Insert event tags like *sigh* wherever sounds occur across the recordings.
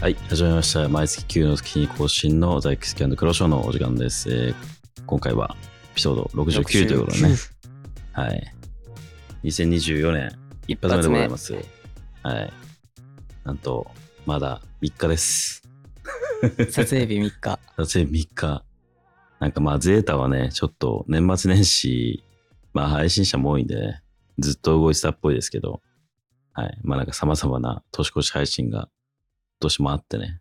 はい、始めました。毎月9の月に更新のザイクスキャンドクロショーのお時間です。えー今回はエピソード69ということでね。はい。2024年一発目でございます。はい。なんと、まだ3日です。撮影日3日。撮影3日。なんかまあ、ゼータはね、ちょっと年末年始、まあ配信者も多いんでね、ずっと動いてたっぽいですけど、はい。まあなんか様々な年越し配信が今年もあってね、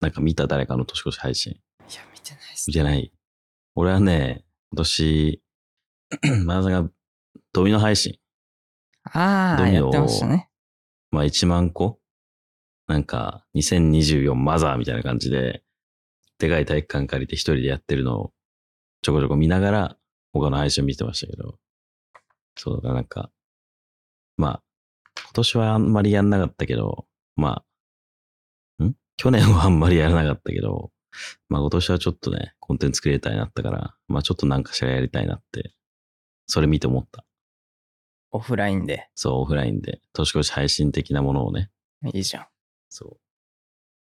なんか見た誰かの年越し配信。いや、見てないっす見。てない。俺はね、今年、 *clears throat* マナさんがドミノ配信、あドあ、ミやノをってましたね。まあ1万個なんか2024マザーみたいな感じで、でかい体育館借りて一人でやってるのをちょこちょこ見ながら、他の配信見てましたけど、そうだからなんか、まあ、今年はあんまりやんなかったけど、まあ、ん去年はあんまりやらなかったけど、まあ今年はちょっとね、コンテンツクリエイターになったから、まあちょっとなんかしらやりたいなって、それ見て思った。オフラインで。そう、オフラインで、年越し配信的なものをね、いいじゃん。そ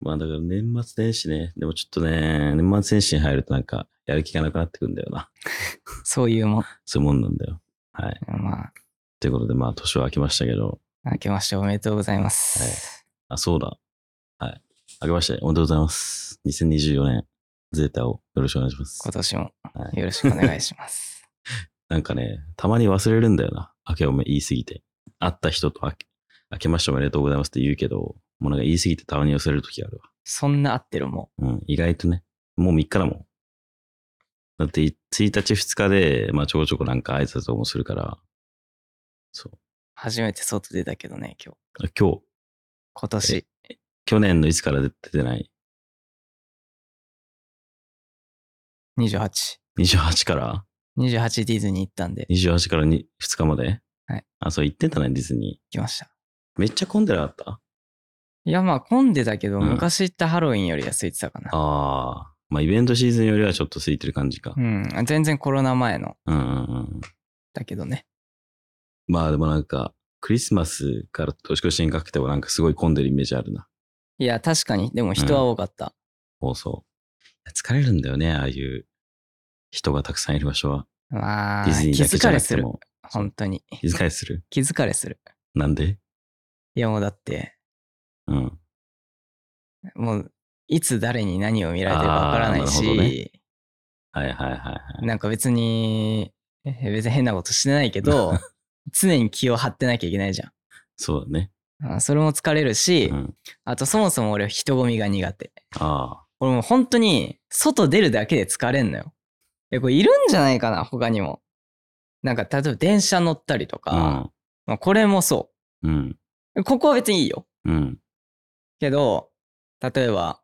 う。まあだから年末年始ね、でもちょっとね、年末年始に入るとなんかやる気がなくなってくんだよな。 *laughs* そういうもん。そういうもんなんだよ。はい。まということでまあ年は明けましたけど、あ、明けましておめでとうございます。あ、そうだ。はい。明けましておめでとうございます。2024年、ゼータをよろしくお願いします。今年もはいよろしくお願いします。なんかね、たまに忘れるんだよな。明けおめ言いすぎて。会った人と明け明けましておめでとうございますって言うけど、もうなんか言いすぎてたまに忘れるときあるわ。そんな合ってるもうん、意外とね。もう3日だもん。だって、1日2日で、まあちょこちょこなんか挨拶もするから、そう。初めて外出たけどね、今日。あ今日、今年。去年のいつから出てない28。 ?28 から28ディズニー行ったんで、行 ?28 から 2, 2日まではい。あ、そう、行ってたね、ディズニきました。ー。めっちゃ混んでなかったいや、まあ、混んでたけうど、ん昔行ったハロウィンよりは空いてたかな。ああ。まあイベントシーズンよりはちょっと空いてる感じかう。ん。全然コロナ前のうんうんうん。だけどね。まあでもなんか、クリスマスから年越しにかけてはなんかすごい混んでるイメージあるな。いや、確かに、でも人は多かった。放送。いや疲れるんだよね、ああいう人がたくさんいる場所は。まあ、ディズニー気だけじゃ疲なれくすてる。も。本当に。気遣いする。気疲れする。なんでいやもうだって、うん。もういつ誰に何を見られてるかわからないあーなるほどねし、はいはいはいはい。な,、んか別に、え別に変なことしてない *laughs* けど、常に気を張ってなきゃいけないじゃそうだね。ん。あそれも疲れるうし、ん。あとそもそも俺人混みが苦手。あ俺もう本当に外出るだけで疲れんのよ。え、これいるんじゃないかな他にも。なんか例えば電車乗ったりとか、あ。まあ、これもそうん。うん。う。ここは別にいいよ。うん。けど、例えば、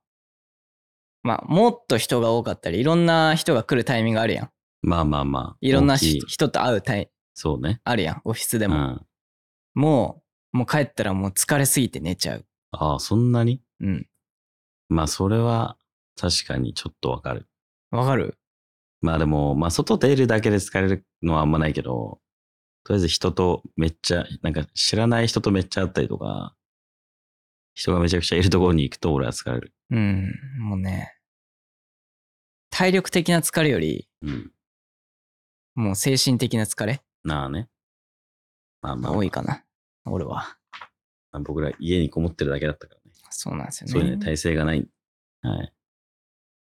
まあ、もっと人が多かったり、いろんな人が来るタイミングあるやん。まあまあまあ。いろんな大きし人と会うタイそうね。あるやん、オフィスででうも。ん、もう、もう帰ったらもう疲れすぎて寝ちゃう。ああ、そんなにうん。まあそれは確かにちょっとわかる。わかるまあでも、まあ外出るだけで疲れるのはあんまないけど、とりあえず人とめっちゃ、なんか知らない人とめっちゃ会ったりとか、人がめちゃくちゃいるところに行くと俺は疲れる。うん。もうね、体力的な疲れより、うん。もう精神的な疲れなあね。まあまがあ、多いかな。俺は。まあ僕ら家にこもってるだけだったからね。そうなんですよね。そういうね、体制がない。はい。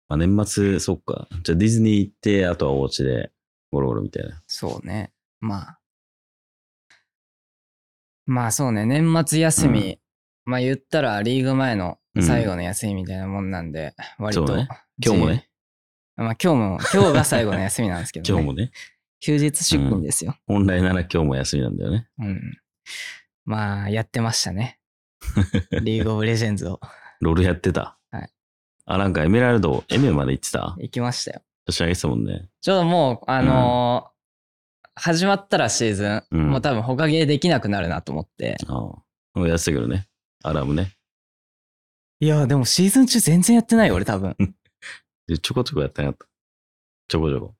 まあ年末、そっか。じゃあディズニー行って、あとはお家でゴロゴロみたいな。そうね。まあ。まあそうね、年末休み。まあ言ったらリーグ前の最後の休みみたいなもんなんで、割と。そうね今日もね。まあ今日 *laughs* も、今日が最後の休みなんですけど、今ね、日もね。休日出勤ですよ。本来なら今日も休みなんだよね。うん。まあやってました *laughs* ね。リーグオブレジェンズを。ロールやってた。はい。あ、なんかエメラルド、エメまで行ってた行きましたよ。私あげてたもんね。ちょうどもう、あのー始まったらシーズン、うんもう多分他ゲーできなくなるなと思って。ああ。もうやってたけどね。アラームね。いや、でもシーズン中全然やってないよ、俺多分。で、ちょこちょこやってなかった。ちょこちょこ。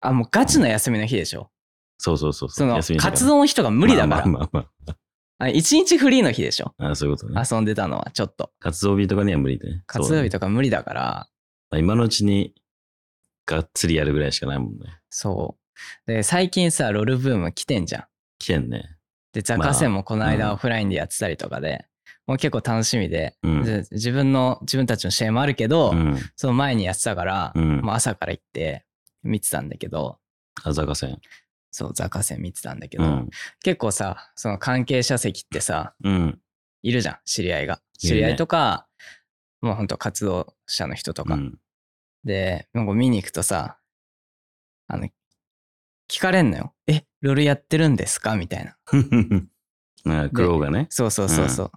あ、もうガチの休みの日でしょ。そうそうそう。その、休みだから活動の人が無理だかまあら。まあまあまああ一日フリーの日でしょあそういうことね。遊んでたのはちょっと活動日とかには無理でね。活動日ととか無理だからか。今のうちにがっつりやるぐらいしかないもんね。そうで最近さロールブーム来てんじゃん危険ね。でザカセンもこの間うんオフラインでやってたりとかで、もう結構楽しみで,うんで、自分の自分たちの試合もあるけど、うん。その前にやってたから、うんもう朝から行って見てたんだけどあざかせん。そうザカセン見てたんだけうど、ん。結構さその関係者席ってさうん。いるじゃん知り合いがいるね知り合いとか、もうほんと活動者の人とうか、ん。でなんか見に行くとさあの聞かれんのよ「えロールやってるんですか?」みたいななん *laughs* か苦労がね。そうそうそうそう、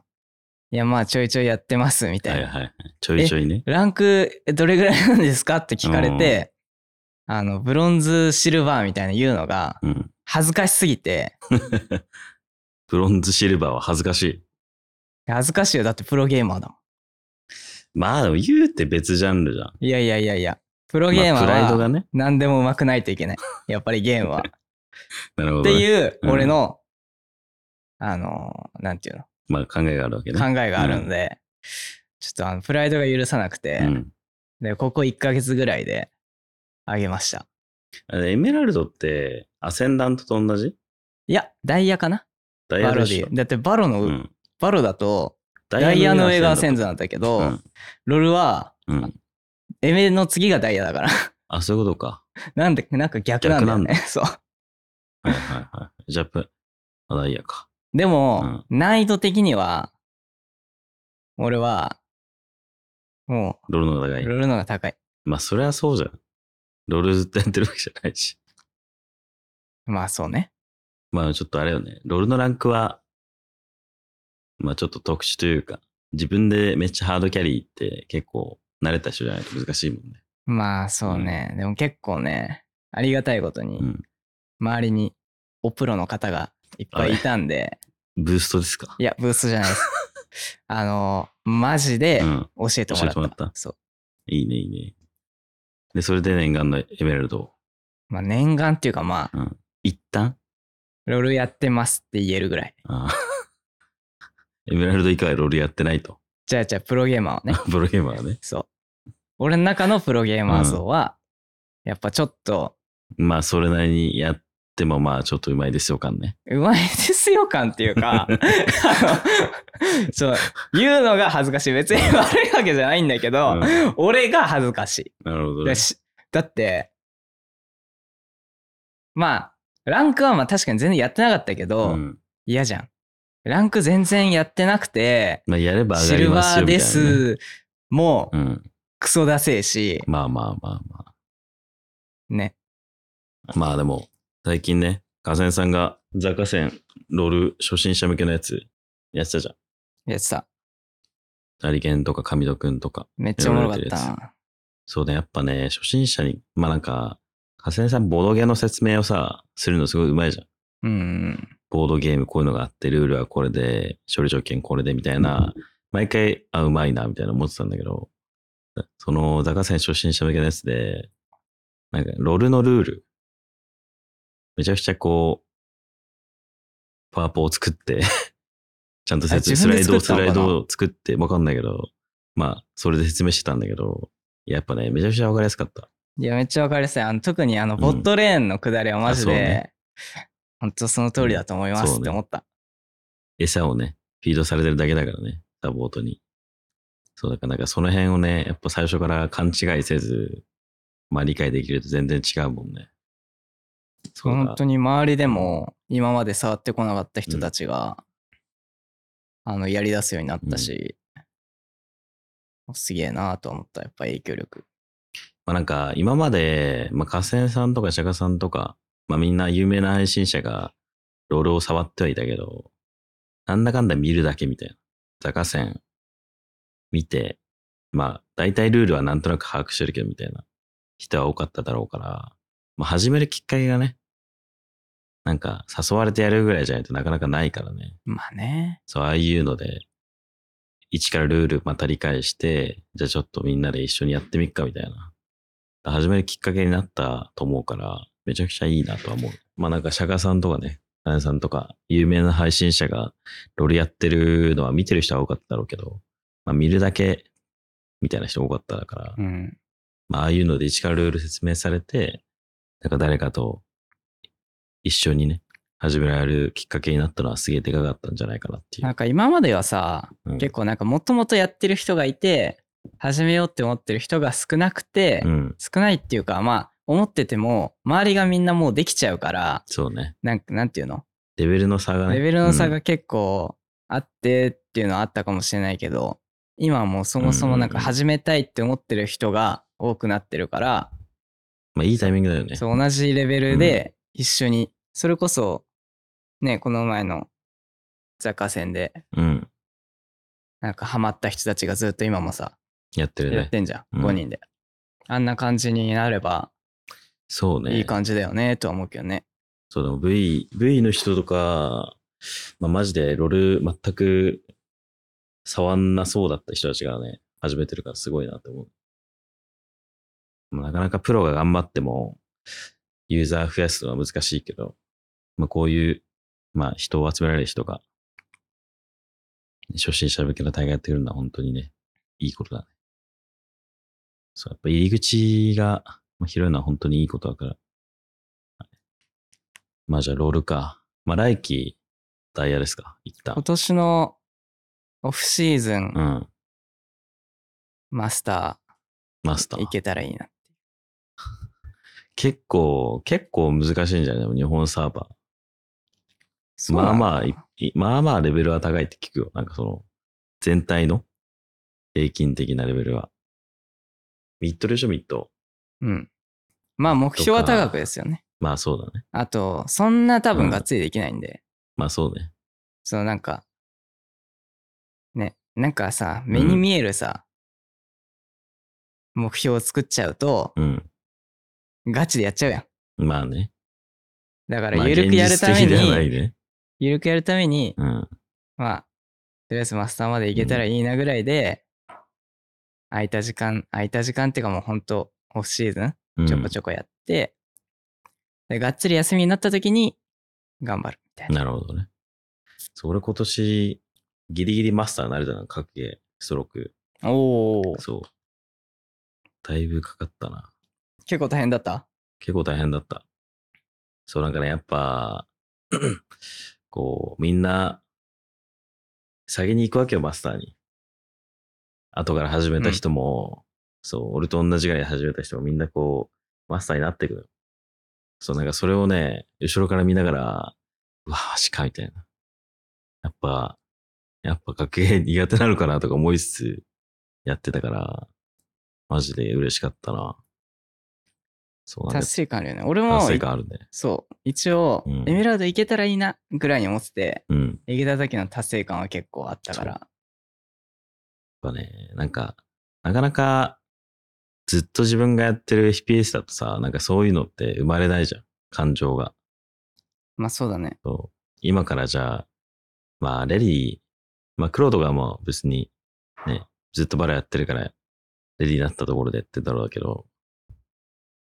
いやまあちょいちょいやってますみたいはな、いはいはい。ちょいちょいね。ランクえどれぐらいなんですかって聞かれて、あのブロンズシルバーみたいな言うのがうん。恥ずかしすぎてブロンズシルバーは恥ずかしい。恥ずかしいよだってプロゲーマーだもまあでも言うて別ジャンルじゃん。んいやいやいやいやプロゲーマまあプライードはがね。何でも上手くないといけないやっぱりゲームはなるほど、ってね。いううん俺の、あのなんていうのまあ考えがあるわけね。考えがあるので、ちょっとあのプライドが許さなくて、うん。でここ1ヶ月ぐらいであげましたあれエメラルドってアセンダントと同じいやダイヤかなダイヤバロででし言ょうだってバロの、うん。バロだとダイヤの上がアセンダなんだけど、うんロールはうん。エメの次がダイヤだから *laughs* あ、そういうことか。なんでなんか逆なんだよ逆なね *laughs* そうはいはいはい。ジャプ。あ、ダイヤか。でも、難易度的には俺はもロールの方がう高い。ロールの方が高いまあ、そりゃそうじゃん。ロールずっとやってるわけじゃないし。 *laughs* まあそうねまあ、ちょっとあれよね。ロールのランクは、まあ、ちょっと特殊というか、自分でめっちゃハードキャリーって結構慣れた人じゃないと難しいもんね。まあそうね、でも結構ねありがたいことに、うん。周りにおプロの方がいっぱいいたんで、ブーストですかいや、ブースじゃな *laughs* いです。あの、マジでうん。教えてもら教えった。てもらったそう。いいね、いいね。で、それで念願のエメラルドをまあ、念願っていうか、まあ、一旦ロールやってますって言えるぐらい。あ *laughs* ーエメラルド以下はロールやってないと。じゃあ、じゃあ、プロゲーマーは *laughs* ね。プロゲーマーはね。そう。俺の中のプロゲーマー像は、やっぱちょっと、まあ、それなりにやっても、まあ、ちょっとうまいですよ、感ね。うまいですよ感ってい *laughs* うか、あの、そう、言うのが恥ずかしい。別に悪いわけじゃないんだけど、うん俺が恥ずかしい。なるほどねだ。しだってまあランクはまあ確かに全然やってなかったけど、うん嫌じゃんランク全然やってなくてまあ、やれば上シがりルまバすよ、ーみたいなね。ですもううん。クソだせえし、まあまあまあまねあ。まあでも、最近ね、河川さんがザ河川ロール初心者向けのやつやってたじゃん。やってたアリケンとか神戸くんとか。めっちゃおもろかったやなそうね、やっぱね、初心者に、まあなんか、河川さんボードゲーの説明をさ、するのすごい上手いじゃん。うんボードゲームこういうのがあって、ルールはこれで、処理条件これでみたいな、毎回、あ、うまいな、みたいな思ってたんだけど、その、ザカセン初心者向けのやつで、なんか、ロールのルール、めちゃくちゃこう、パワポを作って、 *laughs* ちゃんと説明、あス自分ラでイドを、作っスたのかラなイドを作って、わかんないけど、まあ、それで説明してたんだけど、やっぱね、めちゃくちゃわかりやすかった。いやめっちゃわかりやすいあの特にあのうんボットレーンの下りはマジで、あそうねほんとその通りだと思いまうんすそうっねて思った、餌をね、フィードされてるだけだからね、サポートに。そう、だからなんかその辺をね、やっぱ最初から勘違いせず、まあ理解できると全然違うもんね。そうだ本当に周りでも今まで触ってこなかった人たちが、あのやりだすようになったし、すげえなと思ったやっぱ影響力まあなんか今まで、まあ河川さんとか釈迦さんとか、まあみんな有名な配信者がロールを触ってはいたけど、なんだかんだ見るだけみたいな。ザ河川見て、まあ大体ルールはなんとなく把握してるけどみたいな人は多かっただろうから、まあ始めるきっかけがね、なんか誘われてやるぐらいじゃないとなかなかないからね。まあねそう、ああいうので、一からルールまた理解して、じゃあちょっとみんなで一緒にやってみっかみたいな。始めるきっかけになったと思うから、めちゃくちゃいいなとは思う。まあなんか、釈迦さんとかね、ランさんとか、有名な配信者がロールやってるのは見てる人は多かっただろうけど、まあ見るだけみたいな人多かったから、うん。まあ、ああいうので一からルール説明されて、なんか誰かと一緒にね、始められるきっかけになったのはすげえでかかったんじゃないかなっていなんう。か今まではさ、うん結構なんかもともとやってる人がいて、始めようって思ってる人が少なくて、うん、少ないっていうか、まあ、思ってても、周りがみんなもうできちゃうから、そうね。なんか、なんていうのレベルの差がね。レベルの差うんが結構あってっていうのはあったかもしれないけど、今はもうそもそもなんうんうんうんか始めたいって思ってる人が多くなってるから、まあ、いいタイミングだよね。そう同じレベルで一緒に、それこそ、ね、この前の雑貨戦で、うん。なんかハマった人たちがずっと今もさ、やってるやっね。てんじゃうんん、5人で。あんな感じになればそうね。いい感じだよねとは思うけどね。そうでも V、V の人とか、まあ、マジでロール全く触んなそうだった人たちがね、始めてるからすごいなと思う。まあなかなかプロが頑張っても、ユーザー増やすのは難しいけど、まあ、こういう、まあ、人を集められる人が、初心者向けの大会やってくるのは本当にね、いいことだね。そう、やっぱ入り口がまあ広いのは本当にいいことだから、まあじゃあロールか。まあ来期、ダイヤですか一今旦。年のオフシーズン、うん。マスタマスターーい。けたらいいな。結構、結構難しいんじゃないでも日本サーバー。まあまあい、いまあまあレベルは高いって聞くよ。なんかその、全体の平均的なレベルは。ミッドでしょ、ミッド。うん。まあ目標は高くですよね。まあそうだね。あと、そんな多う分んがっつりできないんで、まあそうね。そのなんか、ね、なんかさ、目に見えるさ、目標を作っちゃうと、うん。ガチでやっちゃうやん。まあね。だかまら、あゆるくやるため現実的ではないに、ね。ゆるくやるために、うん。まあ、とりあえずマスターまで行けたらいいなぐらいで、空いた時間、空いた時間っていうかもうほんと、オフシーズンうんちょこちょこやって、でがっつり休みになった時に頑張るみたいな。なるほどね。それ今年、ギリギリマスターになれたの、格ゲー、ストローク。おおそう。だいぶかかったな。結構大変だった結構大変だった。そう、なんかね、やっぱ、こう、みんな、先に行くわけよ、マスターに。後から始めた人も、そう、俺と同じぐらいで始めた人もみんなこう、マスターになってくる。そう、なんかそれをね、後ろから見ながら、うわ、マジか、みたいな。やっぱ、やっぱ学芸苦手なのかなとか思いつつ、やってたから、マジで嬉しかったな。そうなん達です。成感あるよね。俺も達、成感あるね。そう、一応、うんエメラルド行けたらいいなぐらいに思ってて、うん。やっ行けた時の達成感は結構あったから。ぱね、なんか、なかなか、ずっと自分がやってる FPS だとさ、なんかそういうのって生まれないじゃん。感情が。まあそうだね。そう今からじゃあ、まあ、レディー、まあ、クロードがもう別に、ね、ずっとバラやってるから、レディーになったところでやってたろうけど、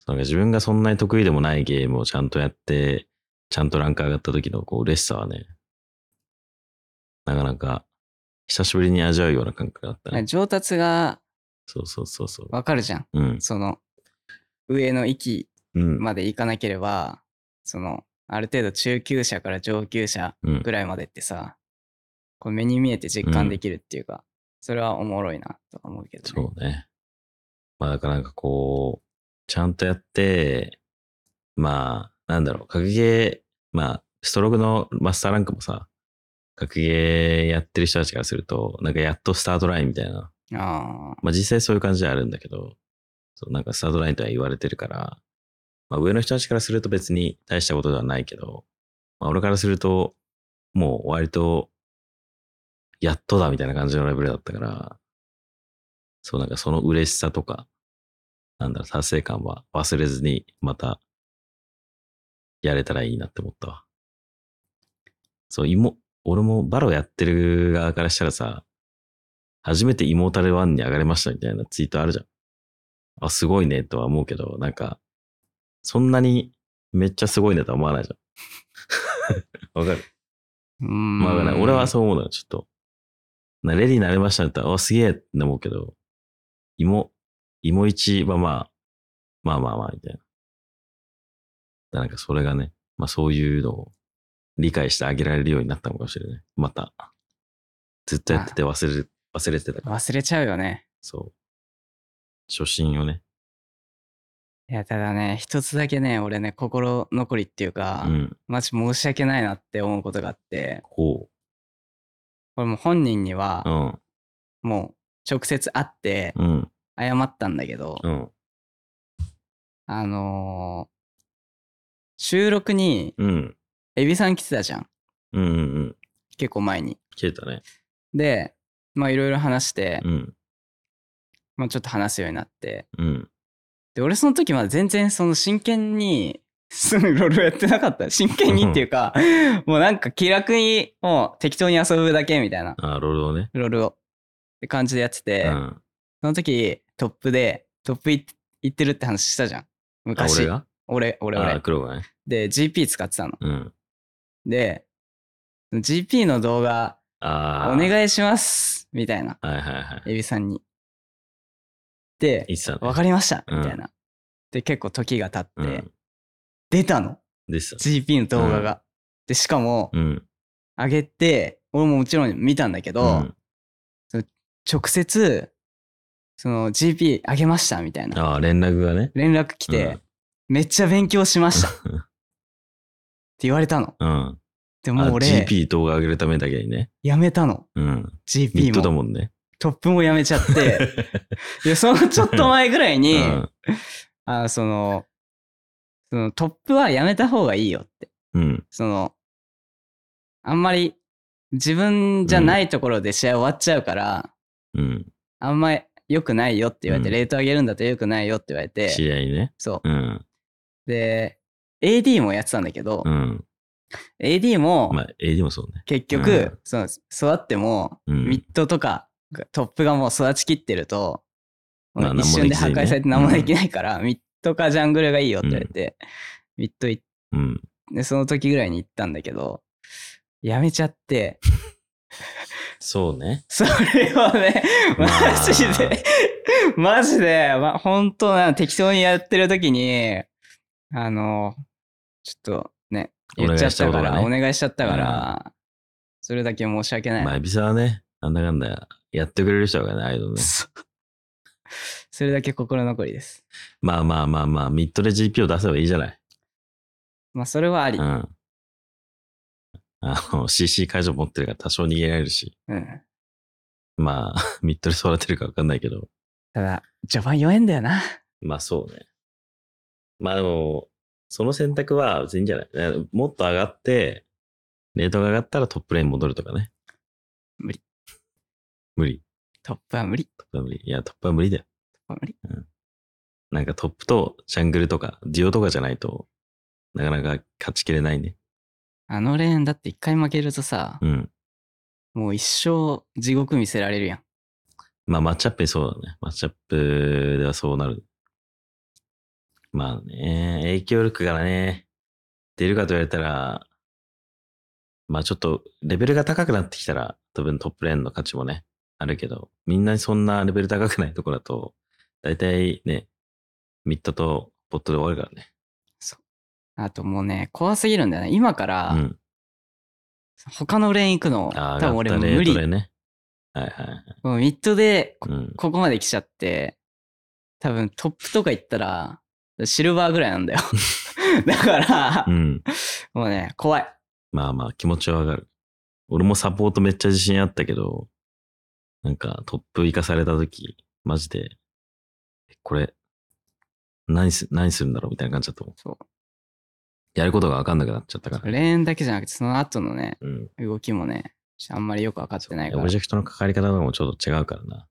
なんか自分がそんなに得意でもないゲームをちゃんとやって、ちゃんとランク上がった時のこう嬉しさはね、なかなか久しぶりに味わうような感覚だったね。上達がそうそうそうそう。わかるじゃん。うん。その、上の域うん。まで行かなければ、その、ある程度中級者から上級者うんぐらいまでってさ、こう目に見えて実感できるっていうか、それはおもろいなとは思うけど、ね。そうね。まあだからなんかこう、ちゃんとやって、まあ、なんだろう、格ゲー、まあ、ストロークのマスターランクもさ、格ゲーやってる人たちからすると、なんかやっとスタートラインみたいな、ああ、まあ実際そういう感じではあるんだけど、そうなんかスタートラインとは言われてるから、まあ上の人たちからすると別に大したことではないけど、まあ俺からすると、もう割と、やっとだみたいな感じのレベルだったから、そうなんかその嬉しさとか、なんだろう、達成感は忘れずにまた、やれたらいいなって思ったわ。そう、妹、俺もバロやってる側からしたらさ、初めてイモータル1に上がれましたみたいなツイートあるじゃん。あ、すごいねとは思うけど、なんか、そんなにめっちゃすごいねとは思わないじゃん。 *laughs* わかる。うんまあわかんない、俺はそう思うのよ、ちょっと。なレディーになれましたって言ったら、おすげえって思うけど、芋、芋一はまあ、まあまあまあ、みたいな。だなんかそれがね、まあそういうのを理解してあげられるようになったのかもしれない。また。ずっとやってて忘れる、忘れてたから。忘れちゃうよね。そう。初心をね。いや、ただね、一つだけね、俺ね、心残りっていううか、ん。マジ申し訳ないなって思うことがあって、ここれもう本人にはう。う、ん。もう直接会ってうん。謝ったんだけど、うん。あのー収録に、うん。エビさん来てたじゃん。うん。うん。うん。結構前に。消えたね。で、まあいろいろ話して、うん。まあちょっと話すようになって。うん。で、俺その時まだ全然その真剣に、 *laughs* すぐロールやってなかった。真剣にっていうか、もうなんか気楽に、もう適当に遊ぶだけみたいな、あー、ロールをね。ロールを。って感じでやってて、うん。その時トップで、トップい行ってるって話したじゃん。あ、昔。俺が俺、俺、ああー、俺。黒がね。で、GP 使ってたの。うん。で、GP の動画、ああ。お願いしますみたいな、はいはいはい。エビさんに。で、言ってたね。わかりましたうんみたいな。で、結構時が経って、うん。出たのでした。 !GP の動画が。で、しかも、うん。上げて、俺ももちろん見たんだけど、うん直接、その GP 上げましたみたいな。ああ、連絡がね。 *laughs* 連絡来て、めっちゃ勉強しましたって言われたの。うん。あでもう俺、 GP 動画上げるためだけにね。やめたの。うん。ビッ GP トだも。もんね。トップもやめちゃって。 *laughs* いや、そのちょっと前ぐらいうに、ん。あその、そのトップはやめた方がいいよって。うん。その、あんまり自分じゃないところで試合終わっちゃうから、うん。あんま良くないよって言われて、うんレート上げるんだと良くないよって言われて、試合ね。そうん。う。で、AD もやってたんだけど、うん。 AD もまあ、AD もそうね。結うん局、その育っても、うんミッドとかトップがもう育ちきってると、まあ一瞬で破壊されて何何ももででききなないから、ミッドかジャングルがいいよって言われて、ミッド行っうん。て、その時ぐらいに行ったんだけど、やめちゃって、そうね。それをね、まマあジで、マジで、ま、本当な、適当にやってる時に、あの、ちょっとね、言っちゃったから、おお願いしちゃったから、それだけ申し訳ないまあ、なエビサはね、なんだかんだやってくれる人がね、アイドルね。それだけ心残りです。まあまあまあまあ、ミッドで GP を出せばいいじゃない。まあ、それはありう。ん。あの、CC 会場持ってるから多少逃げられるし。うん。まあ、 *laughs* ミッドで育てるか分かんないけど。ただ、序盤弱えんだよな。まあそうね。まあでも、その選択は別にいいんじゃないえもっと上がって、レートが上がったらトップレーン戻るとかね。無理。無理。トップは無理。トップは無理。いや、トップは無理だよ。トップは無理。なんかトップとジャングルとか、デュオとかじゃないと、なかなか勝ちきれないね。あのレーンだって一回負けるとさ、うん。もう一生地獄見せられるやん。まあマッチアップにそうだね。マッチアップではそうなる。まあね、影響力からね、出るかと言われたら、まあちょっとレベルが高くなってきたら、多分トップレーンの価値もね、あるけど、みんなそんなレベル高くないところだと、大体ね、ミッドとポットで終わるからね。あともうね、怖すぎるんだよね。今から、うん。他のレーン行くの、ああ、多分俺もう上が無ったレー理ト。でね。はいはいはい。もうミッドでこうん。ここまで来ちゃって、多分トップとか行ったら、シルバーぐら *laughs* いなんだよ。だからう、ん。もうね、怖い。まあまあ気持ちはわかる。俺もサポートめっちゃ自信あったけど、なんかトップ行かされた時、マジで、えこれ、何す、何するんだろうみたいな感じだと思う。そやることがわかんなくなっちゃったから。う。レーンだけじゃなくて、その後のね、うん。動きもね、ちょっとあんまりよく分かってないかオらブ。ジェクトのかかり方とかもちょっと違うからな。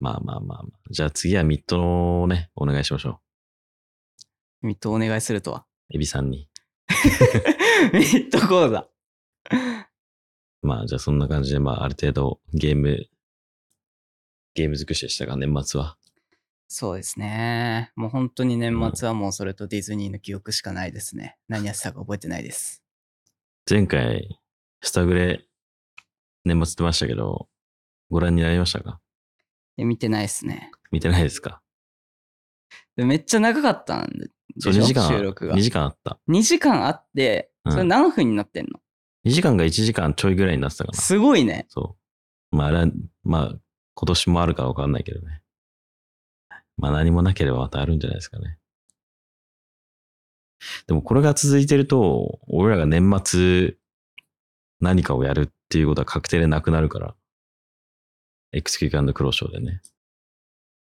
まあまあまあまあ。じゃあ次はミッドのね、お願いしましょミッドお願いする *laughs* とは。う。エビさんに。ミッド講座。まあじゃあそんな感じで、まあある程度ゲーム、ゲーム尽くしでしたが、年末は。そうですね。もう本当に年末はもうそれとディズニーの記憶しかないですね。何やってたか覚えてないです。前回、スタグレ、年末出ましたけど、ご覧になりましたかえ見てないっすね。見てないですかでめっちゃ長かったんで、そう、で2しょ時間、収録が2時間あった。 2時間あって、うんそれ何分になってんの、 2時間が1時間ちょいぐらいになってたかな。すごいね。そう。まあ、あれはまあ、今年もあるかわかんないけどね。まあ、何もなければまたあるんじゃないですかね。でも、これが続いてると、俺らが年末、何かをやるっていうことは確定でなくなるから。XQ& クローショーでね。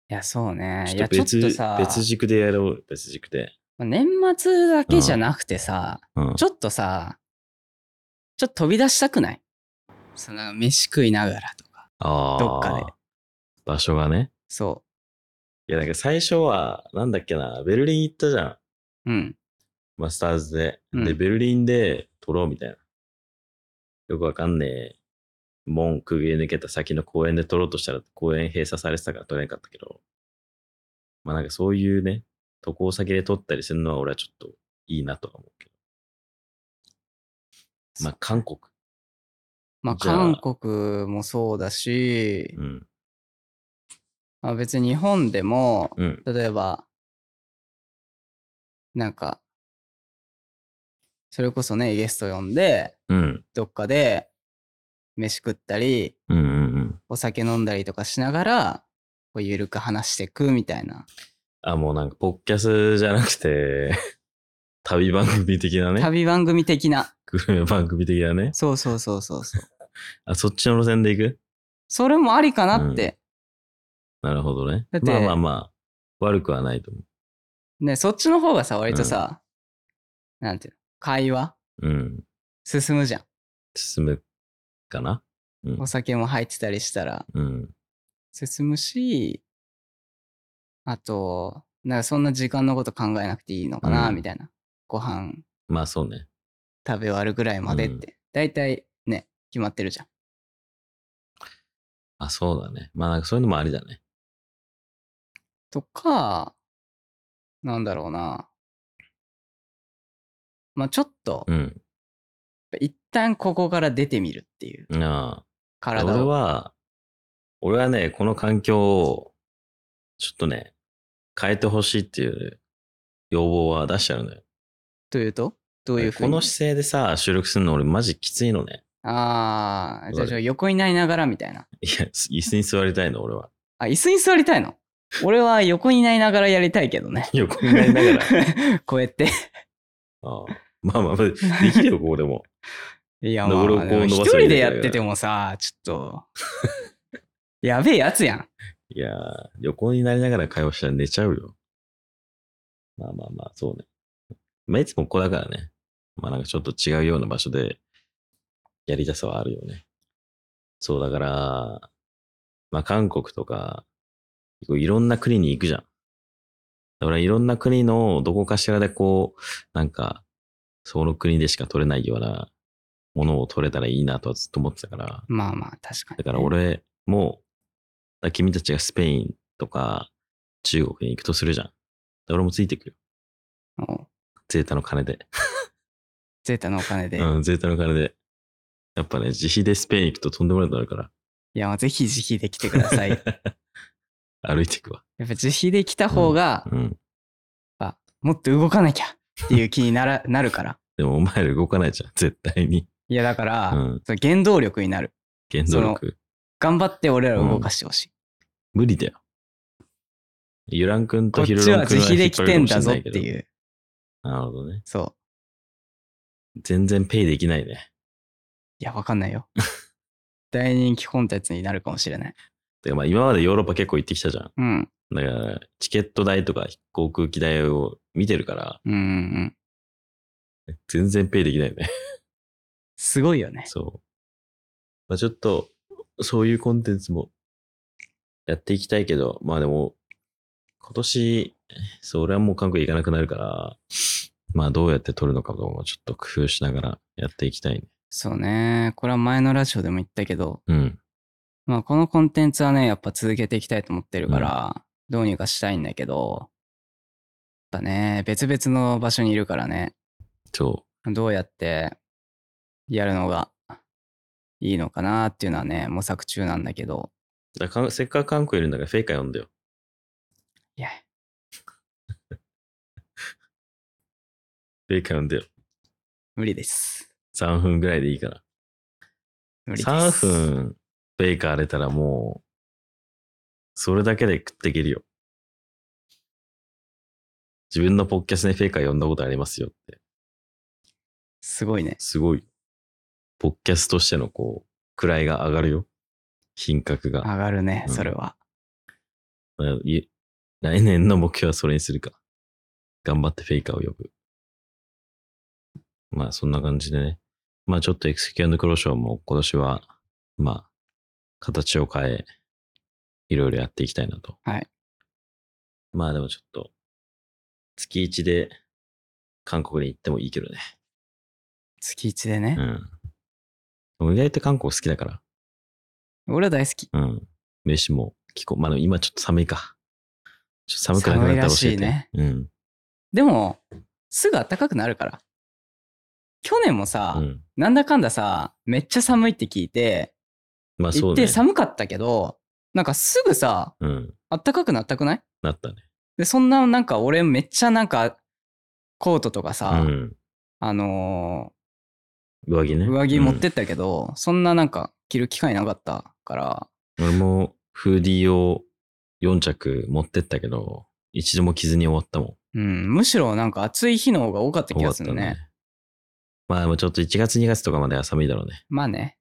いや、そうね。いちょや、っちとょっ別とさ、別軸でやろう、別軸で。年末だけじゃなくてさ、うん。ちょっとさ、ちょっと飛び出したくないその飯食いながらとか。ああ。どっかで。場所がね。そいや、なんか最初は、なんだっけな、ベルリン行ったじゃん。う。うん。マスターズで。で、うんベルリンで撮ろうみたいな。よくわかんねえ。門くぐり抜けた先の公園で撮ろうとしたら、公園閉鎖されてたから撮れなかったけど。まあなんかそういうね、渡航先で撮ったりするのは俺はちょっといいなとは思うけど。まあ韓国。まあ、じゃあ韓国もそうだし、うん。まあ、別に日本でも、うん。例えば、なんか、それこそね、ゲスト呼んで、うん。どっかで飯食ったり、うんうんうん。お酒飲んだりとかしながら、こうゆるく話してくみたいな、あ、もうなんか、ポッキャスじゃなくて、 *laughs* 旅番組的なね。旅番組的な。グルメ番組的なね。そうそうそうそうそう。あ、そっちの路線で行くそれもありかなって。なるほどね。だってまあまあまあ、悪くはないと思ね、そっちの方がさ、割とさ、なんていうの、会話う。うん。進むじゃん。進むかなうんお酒も入ってたりしたらうん。進むし、あと、なんかそんな時間のこと考えなくていいのかな、うんみたいな。ご飯まあそうね。食べ終わるぐらいまでって。だいたいね、決まってるじゃん。あ、そうだね。まあなんかそういうのもありだね。とか、なんだろうな。まあちょっと、うん。一旦ここから出てみるっていうああ。体俺を。は、俺はね、この環境を、ちょっとね、変えてほしいっていう要望は出してあるのよ。というとどういうふうこにの姿勢でさ、収録するの俺マジきついのね。ああ、じゃ座あるじゃあ横になりながらみたいな。いや、椅子に座りたいの俺は。あ、椅子に座りたいの俺は横になりながらやりたいけどね。横になりながら。 *laughs* こうやって。ああまあまあ、できるよ、ここでも。いや、でまあ、俺をこうでも伸一ばせ人ばいいだけだからでやっててもさ、ちょっと、やべえやつやん。いやー、横になりながら会話したら寝ちゃうよ。まあまあまあ、そうね。まあ、いつもここだからね。まあなんかちょっと違うような場所でやりたさはあるよね。そうだから、まあ韓国とか、こういろんな国に行くじゃん。だからいろんな国のどこかしらでこう、なんか、その国でしか取れないようなものを取れたらいいなとはずっと思ってたから。まあまあ、確かに、だから。俺も、だから君たちがスペインとか中国に行くとするじゃん。だから俺もついてくるよ。おゼータの金で。ゼータのお金で。うん、ゼータの金で。やっぱね、自費でスペイン行くととんでもないことになるから。いや、まあぜひ自費で来てく *laughs* ださい。やっ *laughs* 歩いていくわ。ぱ自費で来た方が、うん。もっと動かなきゃっていう気にな *laughs* らなるから。でもお前ら動かないじゃん、絶対に。いや、だから、うんその原動力になる。原動力。頑張って俺らを動かしてほしい。無理だよ。ユラン君ことっヒちロロはン君自は費引でっ張来るてかんもしだれぞなっいけどていう。なるほどね。そう。全然ペイできないね。いや、わか *laughs* んないよ。大人気コンテンツになるかもしれない。てかまあ今までヨーロッパ結構行ってきたじゃん。うん。だから、チケット代とか航空機代を見てるから、うんうんうん。全然ペイできないよね。すごいよね。そう。まあちょっと、そういうコンテンツもやっていきたいけど、まあでも、今年、そう、俺はもう韓国行かなくなるから、まあどうやって撮るのかとかもちょっと工夫しながらやっていきたいね。そうね。これは前のラジオでも言ったけど、うん。まあこのコンテンツはね、やっぱ続けていきたいと思ってるから、どうにかしたいんだけど、やっぱね、別々の場所にいるからね、そどうやってやるのがいいのかなっていうのはね、模索中なんだけど、だからかんせっかく韓国いるんだからフェイカ読んでよ。いや、フェイカ読んでよ。無理です。 3分ぐらいでいいから。無理です。 3分フェイカー出たらもう、それだけで食っていけるよ。自分のポッキャスでフェイカー読んだことありますよって。すごいね。すごい。ポッキャスとしてのこう、位が上がるよ。品格が。上がるね、うんそれは。まあい来年の目標はそれにするか。頑張ってフェイカーを呼ぶ。まあそんな感じでね。まあちょっとエクスキュークローションも今年は、まあ、形を変え、いろいろやっていきたいなと。はい。まあでもちょっと、月1で韓国に行ってもいいけどね。月1でねう。ん。でも意外と韓国好きだから。俺は大好き。うん。飯も気候、まあでも今ちょっと寒いか。ちょっと寒くなくなったら教えて。寒いらしいねうん。でも、すぐ暖かくなるから。去年もさ、うん。なんだかんださ、めっちゃ寒いって聞いて、まあ行そうってね。寒かったけど、なんかすぐさ、うん。暖かくなったくないなったね。で、そんななんか俺めっちゃなんか、コートとかうさ、ん。あの上着ね。ー上着持ってったけど、そんななんか着る機会なかったから、うん。俺もフーディーを4着持ってったけど、一度も着ずに終わったもん。うん、むしろなんか暑い日の方が多かった気終わがっすたるね。。まあでもちょっと1月2月とかまでは寒いだろうね。だかまあね、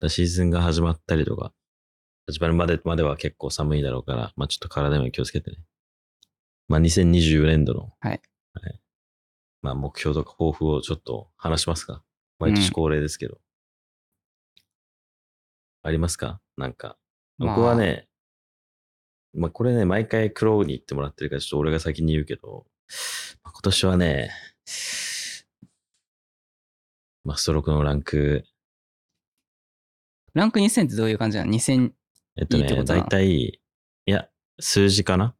らシーズンが始まったりとか、始まるまでまでは結構寒いだろうから、まあちょっと体にも気をつけてね。まあ2024年度の、はいはいまあ目標とか抱負をちょっと話しますか。毎年恒例ですけど。ありますかなんか。まあ僕はね、まあ、これね、毎回クローに行ってもらってるから、ちょっと俺が先に言うけど、まあ今年はね、まあ、ストロークのランク、ランク2000ってどういう感じなの ?2000、えっとね、いいってことだだいたい、いや、数字かな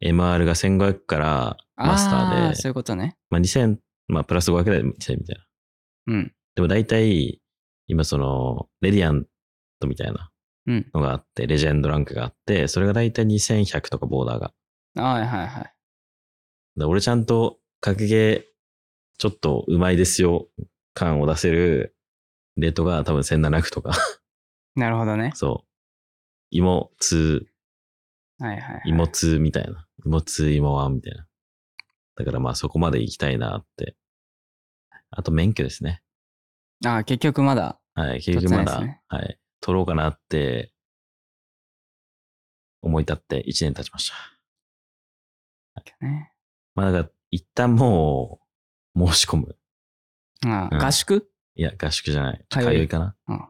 ?MR が1500からマスタあーあ、で、そういうことね。まあ、2000、まあ、プラス500で2000みたいな。うん、でも大体、今その、レディアントみたいなうん。のがあって、レジェンドランクがあって、それが大体2100とかボーダーが。はいはいはい。だから俺ちゃんと格ゲーちょっとうまいですよ感を出せるレートが多分1700とか *laughs* なるほどね。そう芋通はいはい、はい。芋通みたいな芋通芋ワンみたいなだからまあそこまで行きたいなってあと免許ですねああ、結局まだ。はい結局ま取ってなだ、いですねはい取ろうかなって思い立って1年経ちましたね。まあだから一旦もう申し込むああ、うん合宿いや合宿じゃない通い通いかなうん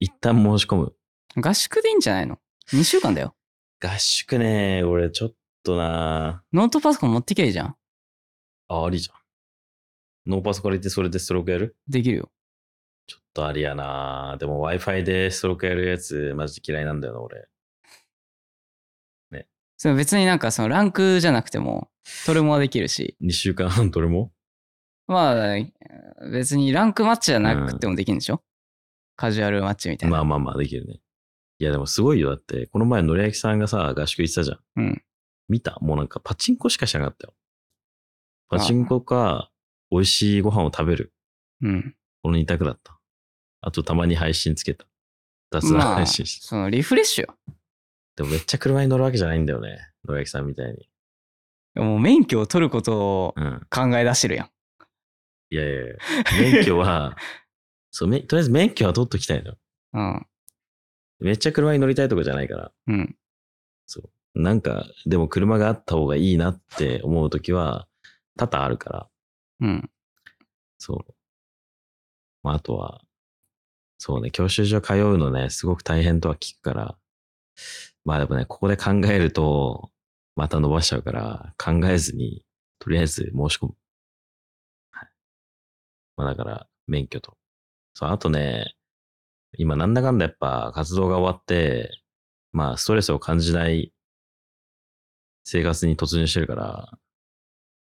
一旦申し込む合宿でいいんじゃないの ?2 週間だよ。合宿ね、俺ちょっとなノートパソコン持ってきゃいいじゃん。あ、ありじゃん。ノーパソから行ってそれでストロークやるできるよ。ちょっとありやなでも Wi-Fi でストロークやるやつ、マジで嫌いなんだよな、俺。それ別になんかそのランクじゃなくても、トレモはできるし、 2週間半どれもまあえー別にランクマッチじゃなくてもできるんでしょ、カジュアルマッチみたいな。まあまあまあ、できるね。いや、でもすごいよ。だって、この前、のりやきさんがさ、合宿行ってたじゃん。うん。見たもうなんかパチンコしかしなかったよ。パチンコか、美味しいご飯を食べる。うん。この2択だった。あと、たまに配信つけた。雑談まあ、配信して。そのリフレッシュよ。でもめっちゃ車に乗るわけじゃないんだよね。野焼さんみたいに。もう免許を取ることをうん。考え出してるやん。いやいやい *laughs* や。免許は、そう、めとりあえず免許は取っときたいの。うん。めっちゃ車に乗りたいとかじゃないから。うん。そう。なんか、でも車があった方がいいなって思うときは、多々あるから。うん。そう。まあ、あとは、そうね、教習所通うのね、すごく大変とは聞くから。まあでもね、ここで考えると、また伸ばしちゃうから、考えずに、とりあえず申し込む。はい。まあだから、免許と。そう、あとね、今なんだかんだやっぱ活動が終わって、まあストレスを感じない生活に突入してるから、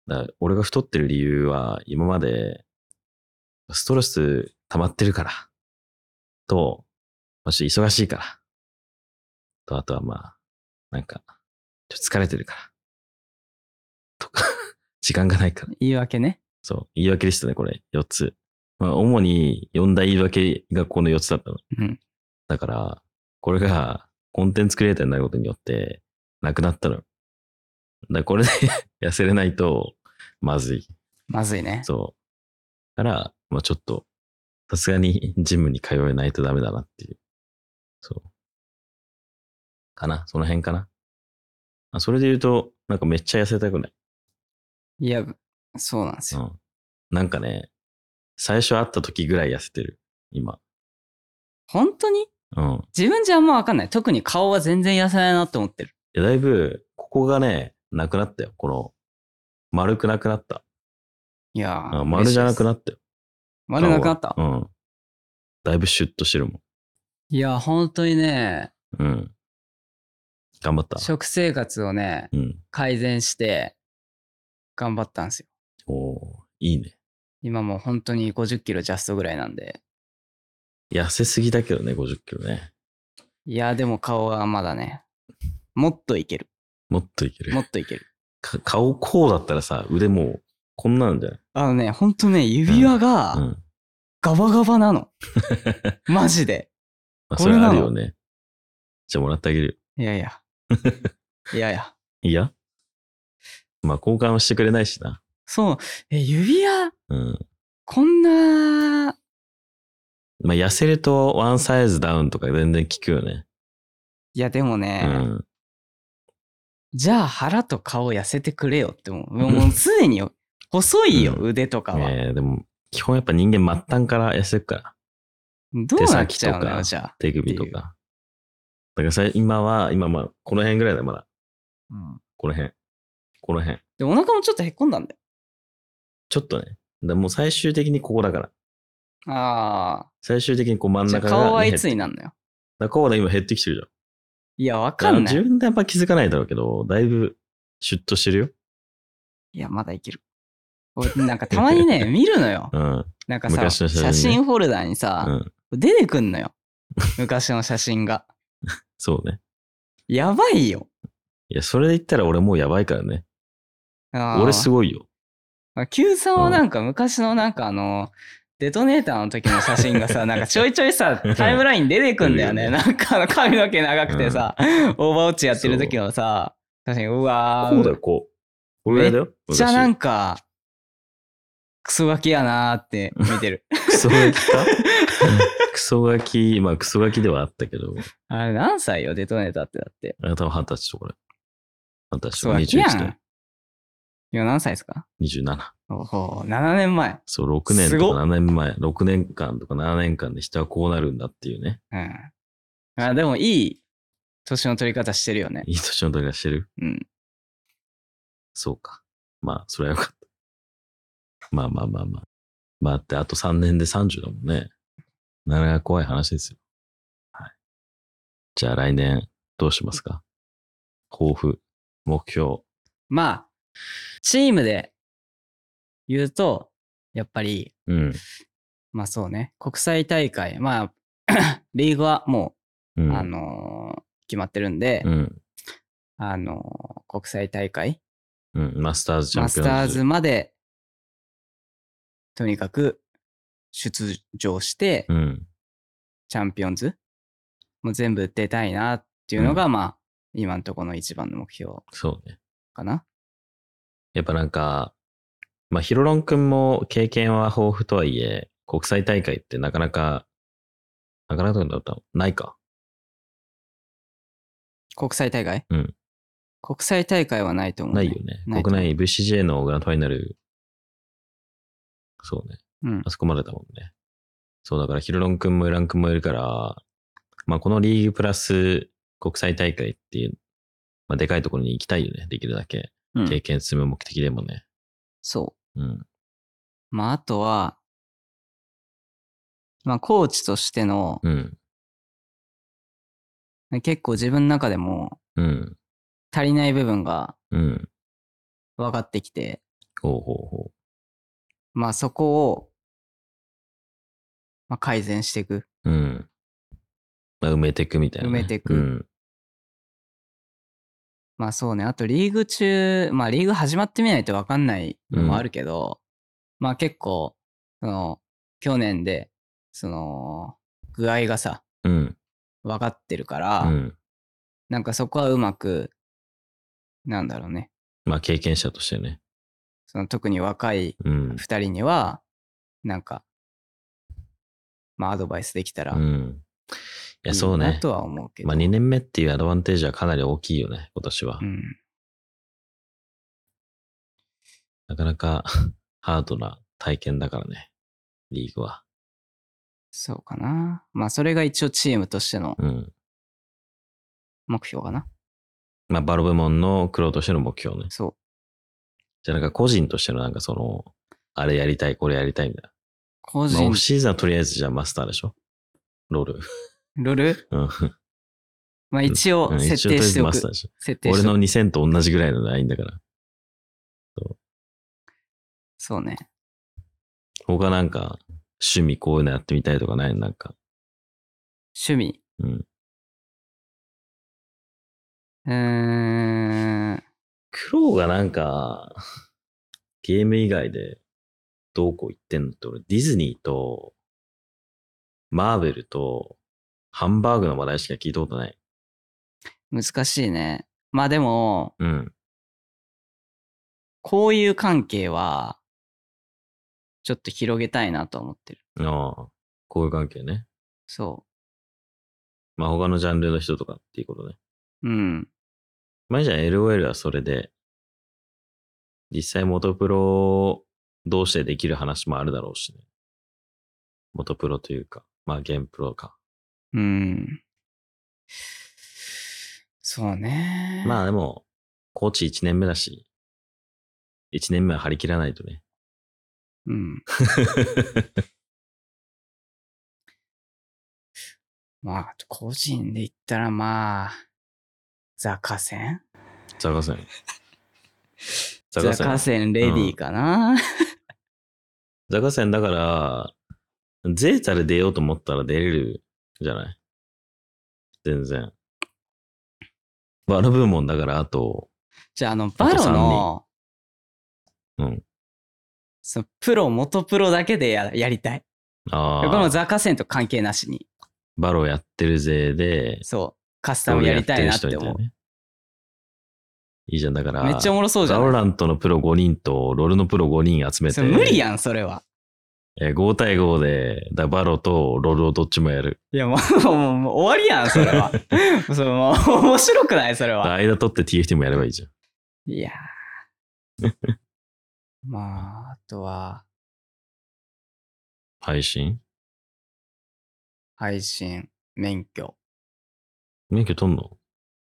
だから俺が太ってる理由は、今まで、ストレス溜まってるから、と、もし忙しいから、と、あとはまあ、なんか、ちょっと疲れてるから、とか、 *laughs* 時間がないから。言い訳ね。そう、言い訳でしたね、これ、4つ。まあ、主に4大言い訳がこの4つだったの。うん。だから、これがコンテンツクリエイターになることによって、なくなったの。だからこれで *laughs* 痩せれないと、まずい。まずいね。そう。だから、まあちょっと、さすがに *laughs* ジムに通えないとダメだなっていう。そう。かなその辺かなあそれで言うと、なんかめっちゃ痩せたくない。いや、そうなんですうよ。ん。なんかね、最初会った時ぐらい痩せてる。今。本当にうん。自分じゃあんまわかんない。特に顔は全然痩せないなって思ってる。いやだいぶ、ここがね、なくなったよ。この、丸くなくなった。いやーあ丸じゃなくなっったよ。た。丸なくなった。うん。だいぶシュッとしてるもん。いや、本当にね、うん。頑張った。食生活をね、うん。改善して、頑張ったんですよ。おーいいね。今もう本当に50キロジャストぐらいなんで。痩せすぎだけどね、50キロね。いや、でも顔はまだね、もっと *laughs* いける。もっといける。もっといける。か顔こうだったらさ、腕もう、こんなんじゃないあのね、ほんとね、指輪がうん。ガバガバ *laughs* なの。マジで。まあ、こそれれなあるのよね。じゃあもらってあげるよ。いや *laughs* いや。いやいや。いやまあ、交換はしてくれないしな。そう、え、指輪、うん。こんな、まあ、痩せるとワンサイズダウンとか全然効くよね。いやでもうね、ん。じゃあ腹と顔痩せてくれよって思う。もうもうすでによ細いよ、う腕とかは。えーでも、基本やっぱ人間末端から痩せるから、どうなっちゃうの手先とよ、かじゃあ。手首とっていか。だからさ、今は、今まあ、この辺ぐらいだ、まだ。この辺。この辺。で、お腹もちょっとへっこんだんだよ。ちょっとね。だもう最終的にここだから。あ最終的にこう真あ。んじゃあ中がね、顔はいつ減っになんのよ。だからこうだ、今減ってきてるじゃん。いや、わかんだらない。自分でやっぱ気づかないだろうけど、だいぶシュッとしてるよ。いや、まだいける。俺なんかたまに *laughs* ね、見るのよう。ん。なんかさ、昔写の写真ね真フォルダにうさ、ん。出てくんのよ。昔の写真が。そうね。やばいよ。いや、それで言ったら俺もうやばいからね。俺すごい。ごいよ。 Q さんはなんか昔のなんかあの、デトネーターの時の写真が *laughs* さ、なんかちょいちょいさ、タイムライン出てくんだよね。出なんかあの髪の毛長くてさ、オーバーウォッチやってる時のさ、写真、うわー。こうだよ、こう。これぐらいだよ。じゃあなんか、か、クソガキやなーって見 *laughs* てる。クソガキ *laughs* かうんクソガキ、まあクソガキではあったけど。あれ何歳よ、デトネーターってだって。あ、多分二十歳とこれ。二十歳クとソかガキや21ん歳。。今何歳ですか27。おほう、7年前。そう、6年すとごっか7年前、6年間とか7年間で人はこうなるんだっていうね。うん。あでもいい年の取り方してるよね。いい年の時がしてる。うん。そうか。まあ、それはよかった。まあまあまあまあ。まあって、あと3年で30だもんね。なかなか怖い話ですよ。はい。じゃあ来年、どうしますか抱負、目標。まあ、チームで言うと、やっぱり、うん。まあそうね、国際大会、まあ、 *clears throat* リーグはもうう、ん。あのー決まってるんで、うん。あのー国際大会、うん。マスターズチャマンピスオンズ。ターズまで、とにかく出場して、うん。チャンピオンズもう全部出たいなっていうのが、まあ、今のところの一番の目標そうね。かな。やっぱなんか、まあ、ヒロロン君も経験は豊富とはいえ、国際大会ってなかなか、なかなかだったのないか。国際大会うん国際大会はないと思う、ないよね。ない国内 VCJ のグランドファイナル、そうね。うんあ。そこまでだもんね。そう、だからヒロロン君もエラン君もいるから、まあ、このリーグプラス国際大会っていう、まあ、でかいところに行きたいよね。できるだけ。うん経験積む目的でもね。そうん。う。まあ、あとは、まあ、コーチとしての、うん。結構自分の中でもうん。足りない部分がうん。分かってきて、ほうほうほまあ、そこをまあ、改善していく。うん。まあ、埋めていくみたいな、ね。埋めてくうん。まあそうね、あとリーグ中、まあリーグ始まってみないと分かんないのもあるけど、まあ結構、その、去年で、その、具合がさ、うん。分かってるから、うん。なんかそこはうまく、なんだろうね、まあ、経験者としてね。その特に若いうん。 2人には、なんか、まあアドバイスできたらういん。いや、いそうなね。とは思うけど。まあ、2年目っていうアドバンテージはかなり大きいよね、今年は。うん、なかなか *laughs* ハードな体験だからね、リーグは。そうかな。まあそれが一応チームとしてのうん。目標かな。まあ、バロ部門の苦労としての目標ね。そう。じゃあなんか個人としてのなんかその、あれやりたい、これやりたいみたい個な。まあ、オ人フ、シーズンはとりあえずじゃあマスターでしょロール。ルールうん。まあ *laughs* 一う応ん設一応とりあ定えしてずおマく。スターでしょ。設定俺しておのく。 2000と同じぐらいのラインだから。そうね。他なんか、趣味こういうのやってみたいとかないのなんか。趣味。うん。うーん。苦労がなんか、ゲーム以外でどうこう言ってんのって俺、ディズニーと、マーベルと、ハンバーグの話題しか聞いたことない。難しいね。まあでも、うん。こういう関係は、ちょっと広げたいなと思ってる。ああ、こういう関係ね。そまあ他のジャンルの人とかっていうことね。う。うん。前じゃん LOL はそれで、実際元プロ同士でできる話もあるだろうしね。元プロというか、まあ現プロか。うん。そうね。まああ。でも、コーチ1年目だし、1年目は張り切らないとね。 *laughs* うん。まあ、個人で言ったらまあ、ザカセンザ *laughs* カセン。ザザカセカン。センレディーかな、ザカセンだから、ゼータで出ようと思ったら出れるじゃない全然。バロ部門だから、あと、じゃあ、あの、バロの、うん。そのプロ、元プロだけでややりたい。こあのあ、ザカセンと関係なしに、バロやってるぜで、そう、カスタムやりたいなって思ロールやる人みう。たいねいいじゃん、だから、めっちゃおもろそうじゃザオん。ラントのプロ5人と、ロールのプロ5人集めて、それ無理やん、それは。えー5対5で、だバロとロールをどっちもやる。いや、もう、もうもう終わりやん、それは。 *laughs* その面白くない、それは。間取って TFT もやればいいじゃん。いやー。 *laughs* まあ、あとは、配信配信、免許免許取んの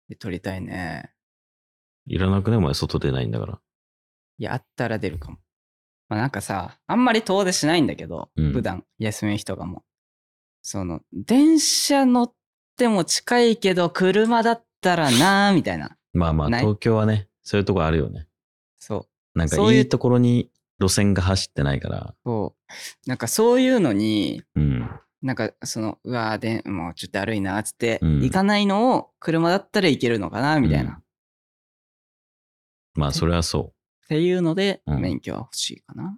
で取りたいね。いらなくねお前外出ないんだから。いや、あったら出るかも。まあ、なんかさ、あんまり遠出しないんだけど、うん普段休みの日とかも。その、電車乗っても近いけど、車だったらなーみたいな。まあまあ、ない東京はね、そういうとこあるよね。そう。なんかそういいういところに路線が走ってないから。そう。なんかそういうのに、うん。なんかその、うわーで、もうちょっとだるいなーっつって、うん行かないのを車だったら行けるのかなみたいな。うんっまあ、それはそていうので、うん免許は欲しいかな。う。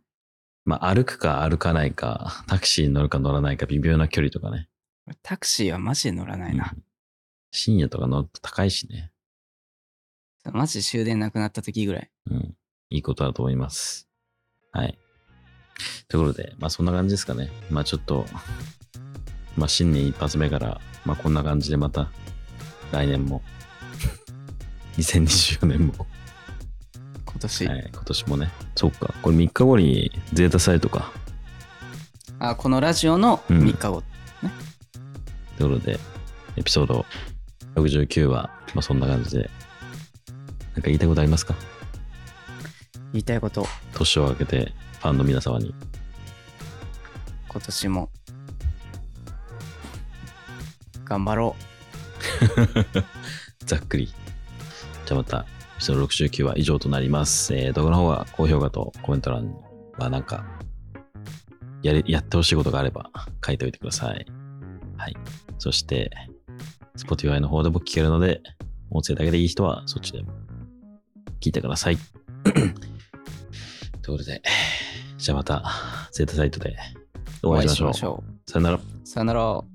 まあ、歩くか歩かないか、タクシーに乗るか乗らないか微妙な距離とかね。タクシーはマジで乗らないなう。ん深夜とか乗ると高いしね。マジで終電なくなった時ぐらい。うん。いいことだと思います。はい。ということで、まあそんな感じですかね。まあちょっと、まあ新年一発目から、まあこんな感じでまた、来年も、2024年も、今年。はい、今年もね。そっか、これ3日後にゼータサイトか。あ、このラジオのうん3日後。ということで、エピソード69は、まあそんな感じで、なんか言いたいことありますか言いたいこと年を明けて、ファンの皆様に。今年も頑張ろざっくり。じゃあまた、エピソード69は以上となります。えー動画の方は高評価とコメント欄はなんか、やれやってほしいことがあれば書いておいてください。はい。そして、Spotify の方でも聞けるので、音声だけでいい人はそっちでも聞いてください。ということで、じゃあまた、ゼータサイトでお会いしましょう。ょさよなら。う。さよなら。